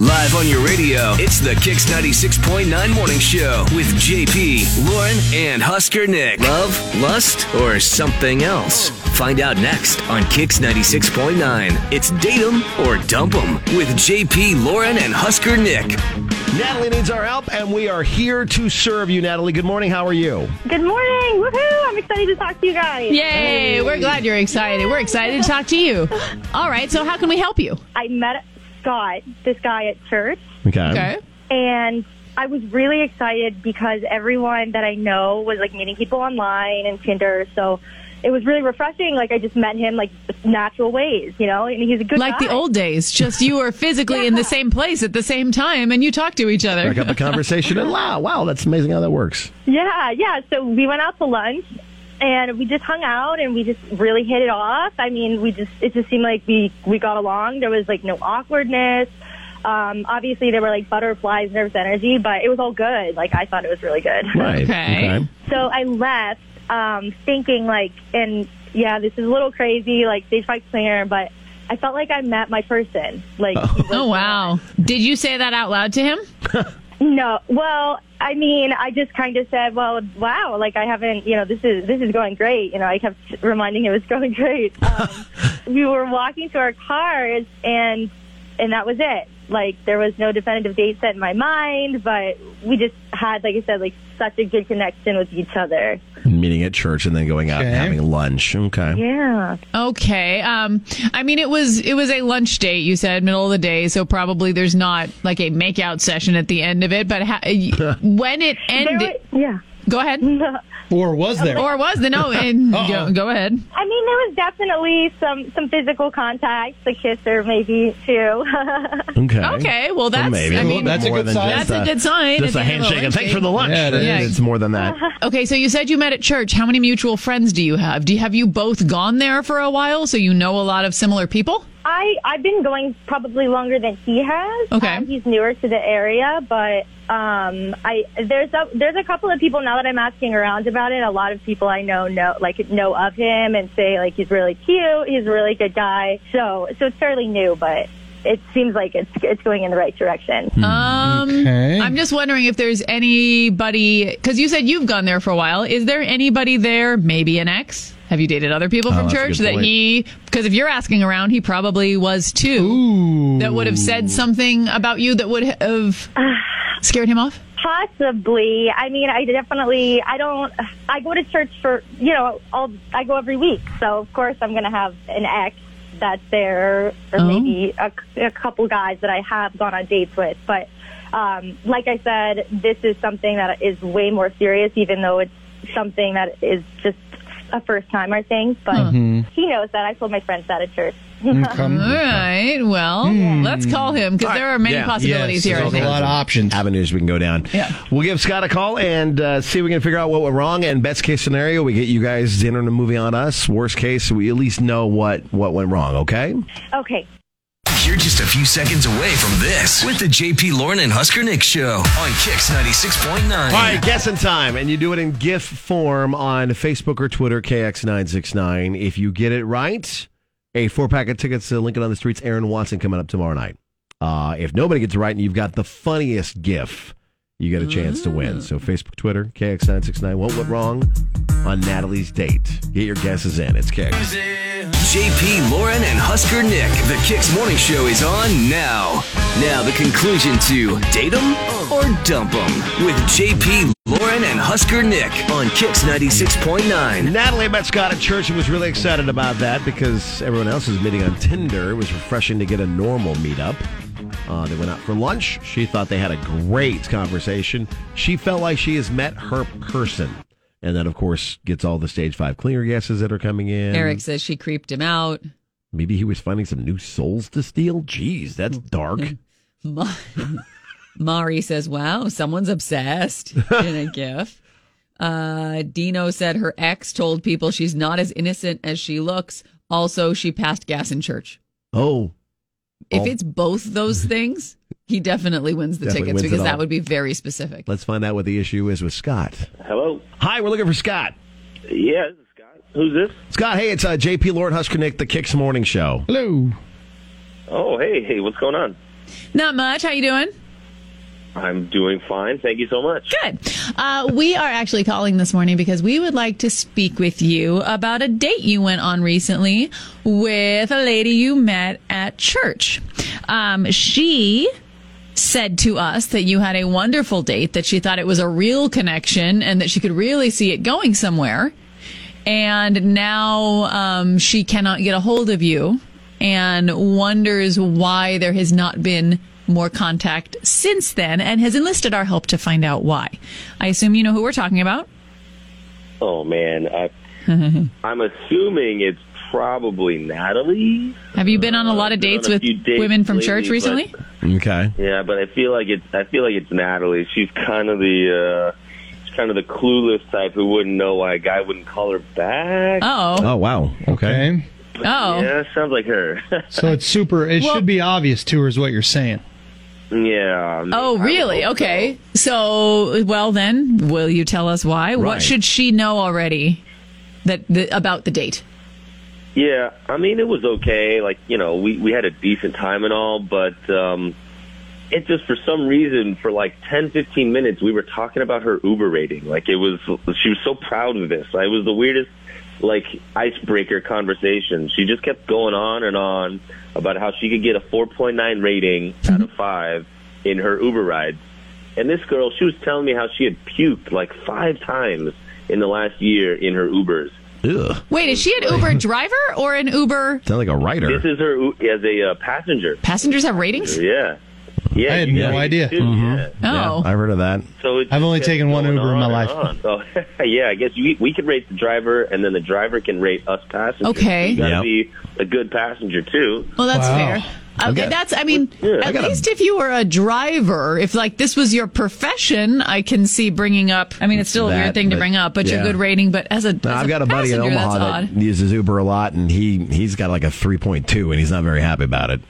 Live on your radio, it's the Kix 96.9 Morning Show with JP, Lauren, and Husker Nick. Love, lust, or something else? Find out next on Kix 96.9. It's Date 'em or Dump 'em with JP, Lauren, and Husker Nick. Natalie needs our help, and we are here to serve you, Natalie. Good morning. How are you? Good morning. Woohoo! I'm excited to talk to you guys. Yay! We're glad you're excited. We're excited to talk to you. All right, so how can we help you? I met Scott, this guy at church, Okay. and I was really excited because everyone that I know was like meeting people online and Tinder, so it was really refreshing. Like I just met him like natural ways, you know, and he's a good Like the guy. old days, just you were physically in the same place at the same time and you talk to each other. Back up a conversation, and wow, wow, that's amazing how that works. Yeah, yeah. So we went out to lunch and we just hung out and we just really hit it off. I mean, we just it just seemed like we we got along. There was like no awkwardness. Um, obviously there were like butterflies, nervous energy, but it was all good. Like I thought it was really good. Right. Okay. So I left um, thinking like, and yeah, this is a little crazy. Like they fight clear, but I felt like I met my person. Like he was- Oh, wow. Did you say that out loud to him? No, well, I mean, I just kind of said, well, wow, like I haven't, you know, this is this is going great. You know, I kept reminding him it was going great. Um, we were walking to our cars, and and that was it. Like there was no definitive date set in my mind, but we just had, like I said, like such a good connection with each other. Meeting at church and then going out and Okay. having lunch. Okay. Yeah. Okay. Um, I mean, it was it was a lunch date. You said middle of the day, so probably there's not like a makeout session at the end of it. But ha- when it There ended, were- yeah. go ahead. Or was there? Or was the no? And go, go ahead. I mean, there was definitely some some physical contact, the kiss or maybe two. Okay. Okay. Well, that's. maybe. I Well, mean, that's a more good than sign. just That's a good sign Just at a the end of a handshake and lunch thanks date. for the lunch. Yeah, it is. It's more than that. Okay, so you said you met at church. How many mutual friends do you have? Do you have you both gone there for a while so you know a lot of similar people? I I've been going probably longer than he has. Okay. Um, he's newer to the area, but um, I there's a there's a couple of people now that I'm asking around about it. A lot of people I know know like know of him and say like he's really cute, he's a really good guy. So so it's fairly new, but it seems like it's it's going in the right direction. Um Okay. I'm just wondering if there's anybody cuz you said you've gone there for a while. Is there anybody there, maybe an ex? Have you dated other people from Oh, that's a church good that point. he cuz if you're asking around, he probably was too. That would have said something about you that would have scared him off? Possibly. I mean, I definitely. I don't. I go to church for you know. I'll. I go every week, so of course I'm going to have an ex that's there, or Oh. maybe a, a couple guys that I have gone on dates with. But um, like I said, this is something that is way more serious, even though it's something that is just a first timer thing. But he knows that. I told my friends that at church. Mm. Hmm. Uh-huh. All Come. right. Well, let's call him cuz there are many Yeah. possibilities here. I There's a think. lot of options. Avenues we can go down. Yeah. We'll give Scott a call and uh, see if we can figure out what went wrong. And best case scenario, we get you guys dinner and a movie on us. Worst case, we at least know what what went wrong. Okay. Okay, You're just a few seconds away from this with the JP, Lauren, and Husker Nick Show on Kix 96.9. All right, guessing time, and you do it in GIF form on Facebook or Twitter, KX969. If you get it right, a four pack of tickets to Lincoln on the Streets, Aaron Watson coming up tomorrow night. Uh, if nobody gets it right and you've got the funniest GIF, you get a chance to win. So Facebook, Twitter, KX969. What went wrong on Natalie's date? Get your guesses in. It's KX. JP, Lauren, and Husker Nick. The Kicks Morning Show is on now. Now, the conclusion to Date 'em or Dump 'em with JP, Lauren, and Husker Nick on Kicks 96.9. Natalie met Scott at church and was really excited about that because everyone else is meeting on Tinder. It was refreshing to get a normal meetup. Uh, they went out for lunch. She thought they had a great conversation. She felt like she has met her person. And then, of course, gets all the stage five cleaner guesses that are coming in. Eric says she creeped him out. Maybe he was finding some new souls to steal. Jeez, that's dark. Ma- Mari says, wow, someone's obsessed in a gif. Uh, Dino said her ex told people she's not as innocent as she looks. Also, she passed gas in church. Oh, If Oh. it's both those things, he definitely wins the Definitely tickets wins it because all. that would be very specific. let's find out what the issue is with Scott. Hello. Hi, we're looking for Scott. Yeah, this is Scott. Who's this? Scott, hey, it's uh, JP Lord Husker Nick, the Kicks Morning Show. Hello. Oh, hey, hey, what's going on? Not much. How you doing? I'm doing fine. Thank you so much. Good. Uh, we are actually calling this morning because we would like to speak with you about a date you went on recently with a lady you met at church. Um, she said to us that you had a wonderful date, that she thought it was a real connection, and that she could really see it going somewhere. And now um, she cannot get a hold of you and wonders why there has not been more contact since then and has enlisted our help to find out why. I assume you know who we're talking about. Oh man, I, I'm assuming it's probably Natalie. Have you been on a lot of Uh, I've been dates on a with few dates women from church lately, but- recently? Okay. Yeah, but I feel like it's I feel like it's Natalie. She's kind of the uh, she's kind of the clueless type who wouldn't know why a guy wouldn't call her back. Oh, Oh wow. Okay. Okay. oh. Yeah, sounds like her. So it's super. It Well- should be obvious to her, is what you're saying. yeah. I mean, I Oh, would really? hope so. Okay. So, well, then, will you tell us why? What Right. should she know already that the, about the date? Yeah, I mean it was okay. Like you know, we we had a decent time and all, but um, it just for some reason for like ten fifteen minutes we were talking about her Uber rating. Like it was, she was so proud of this. It was the weirdest like icebreaker conversation. She just kept going on and on about how she could get a four point nine rating out of five in her Uber rides. And this girl, she was telling me how she had puked like five times in the last year in her Ubers. Ugh. Wait, is she an Uber driver or an Uber? Sound like a writer. This is her u- as a uh, passenger. Passengers have ratings? Yeah. Yeah. I had you no guys idea. Mm-hmm. do, yeah. Yeah, Oh. I've heard of that. So it I've only just taken one going Uber in my on life. and on. So, yeah, I guess you, we could rate the driver, and then the driver can rate us passengers. Okay. You gotta Yep. be a good passenger too. Well, that's Wow. fair. Okay, got- that's. I mean, Yeah, I at got a- least if you were a driver, if like this was your profession, I can see bringing up. I mean, it's still a That, weird thing to but- bring up, but your yeah. good rating. But as a, as Now, I've got a buddy in passenger, Omaha That's that odd. uses Uber a lot, and he he's got like a three point two, and he's not very happy about it.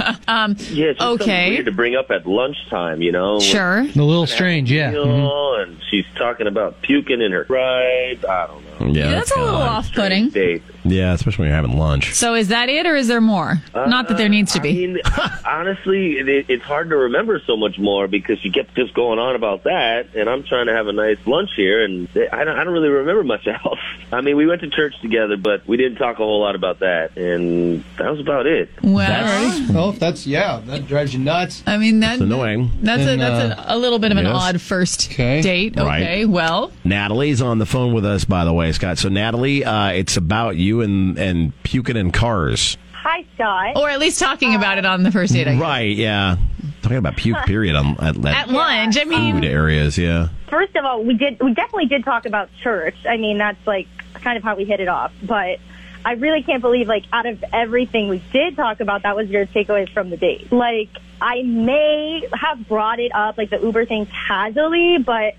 Yeah. It's just something Okay. Weird to bring up at lunchtime, you know. when Sure. A little strange, yeah. Mm-hmm. it's real, And she's talking about puking in her ride. I don't know. Yeah, that's, a kinda little odd. off-putting. Date. Yeah, especially when you're having lunch. So is that it, or is there more? Not that there needs to I be. mean, honestly, it, it's hard to remember so much more because you kept just going on about that, and I'm trying to have a nice lunch here, and I don't, I don't really remember much else. I mean, we went to church together, but we didn't talk a whole lot about that, and that was about it. well, Well, if Mm-hmm. Oh, that's yeah, that drives you nuts. I mean that, It's annoying. That's a And, uh, that's a, a little bit of an yes. odd first Okay. date. Right. Okay. Well, Natalie's on the phone with us, by the way, Scott. So Natalie, uh, it's about you and and puking in cars. Hi, Scott. or at least talking about it on the first date. I guess. Right? Yeah. Talking about puke, period. On at, At at lunch, I mean, food areas. Yeah. First of all, we did we definitely did talk about church. I mean, that's like kind of how we hit it off. But I really can't believe like out of everything we did talk about, that was your takeaways from the date. Like I may have brought it up like the Uber thing casually, but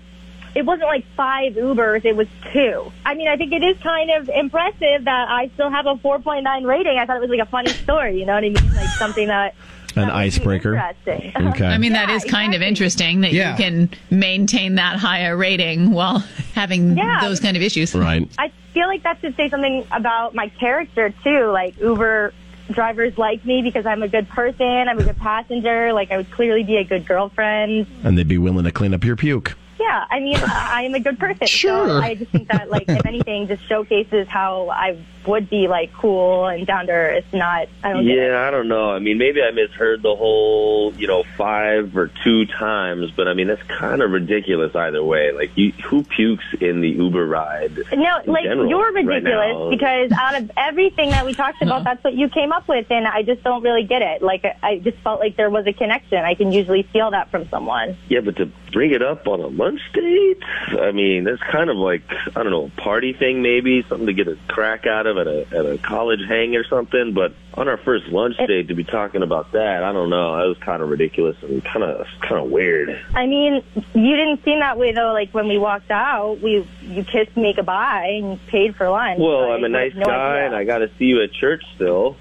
it wasn't like five Ubers, it was two. I mean, I think it is kind of impressive that I still have a 4.9 rating. I thought it was like a funny story, you know what I mean? Like something that An that would be icebreaker. Interesting. Okay. I mean that Yeah, is kind of exactly. interesting that Yeah. you can maintain that higher rating while having Yeah. those kind of issues. right. I feel like that should say something about my character too. Like Uber drivers like me because I'm a good person. I'm a good passenger. Like I would clearly be a good girlfriend. And they'd be willing to clean up your puke. Yeah, I mean, I I am a good person. So Sure. I just think that, like, if anything, just showcases how I would be like cool and down to earth. Not, I don't. get it. Yeah, I don't know. I mean, maybe I misheard the whole, you know, five or two times, but I mean, that's kind of ridiculous either way. Like, you, who pukes in the Uber ride? No, in like general you're right ridiculous now? because out of everything that we talked about, that's what you came up with, and I just don't really get it. Like I- I just felt like there was a connection. I can usually feel that from someone. Yeah, but to bring it up on a lunch date, I mean, that's kind of like I don't know, a party thing maybe, something to get a crack out of at a at a college hang or something. But on our first lunch date, to be talking about that, I don't know, that was kind of ridiculous and kind of kind of weird. I mean, you didn't seem that way though. Like when we walked out, we you kissed me goodbye and you paid for lunch. Well, Like, I'm a I nice have no guy, idea. and I got to see you at church still.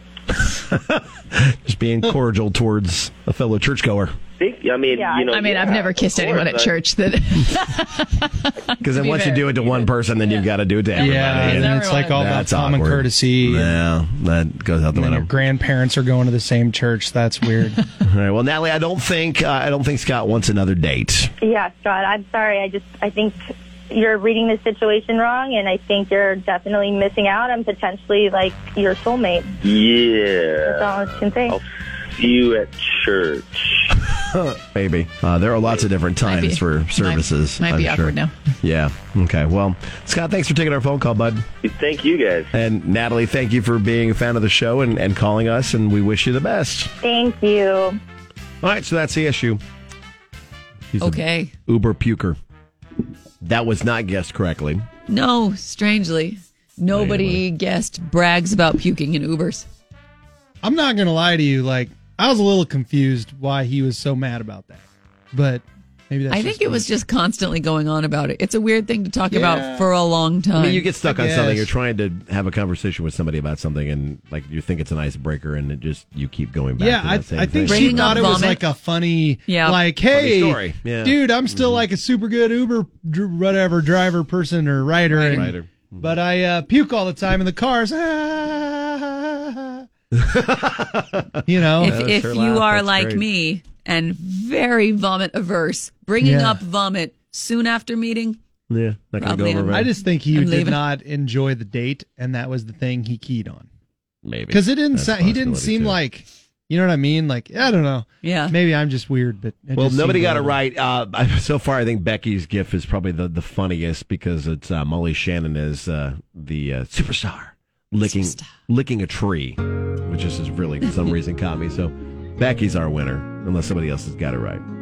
Just being cordial towards a fellow churchgoer. Think, I mean, Yeah, you know. I mean, I've yeah, never kissed of course, anyone at I- church that Because then be once you fair, do it to one person, then you've got to do it to everybody. Yeah, and Yeah, it's like all about That's common awkward. courtesy. and Yeah, that goes out the When your window. grandparents are going to the same church, that's weird. All right. Well, Natalie, I don't think uh, I don't think Scott wants another date. Yeah, Scott, I'm sorry. I just, I think you're reading the situation wrong, and I think you're definitely missing out on potentially like your soulmate. That's Yeah. all I can say. I'll see you at church. Maybe uh, there are lots of different times be- for might- services. might be I'm sure. awkward now. Yeah. Okay. Well, Scott, thanks for taking our phone call, bud. Thank you guys. And Natalie, thank you for being a fan of the show and, and calling us. And we wish you the best. Thank you. All right. So that's the issue. He's a Okay. Uber puker. That was not guessed correctly. No, strangely, nobody guessed brags about puking in Ubers. I'm not gonna lie to you. Like, I was a little confused why he was so mad about that, but maybe that's I just think it me. was just constantly going on about it. It's a weird thing to talk Yeah. about for a long time. I mean, you get stuck I on something. guess. You're trying to have a conversation with somebody about something, and like you think it's an icebreaker, and it just you keep going back. Yeah, to I, that same I think thing. she Bringing up thought it was vomit. like a funny, Yeah. Mm-hmm. like, Funny hey, story. Yeah. dude, I'm still like a super good Uber, dr- whatever driver person or rider, and- Rider. Mm-hmm. but I uh, puke all the time in the cars. Ah. you know, if was if her you Oh, laugh. are That's like great. me and very vomit averse, bringing Yeah. up vomit soon after meeting, Yeah, not gonna go Probably over. am. very- I just think he I'm did leaving. not enjoy the date, and that was the thing he keyed on maybe because it didn't. That's a Sa- he didn't possibility, seem too. like, you know what I mean? Like, I don't know. Yeah. maybe I'm just weird, but it Well, just nobody seemed got it wrong. right. Uh, I- so far, I think Becky's gif is probably the, the funniest because it's uh, Molly Shannon as uh, the uh, superstar licking licking a tree, which is just really for some reason caught me. So Becky's our winner, unless somebody else has got it right.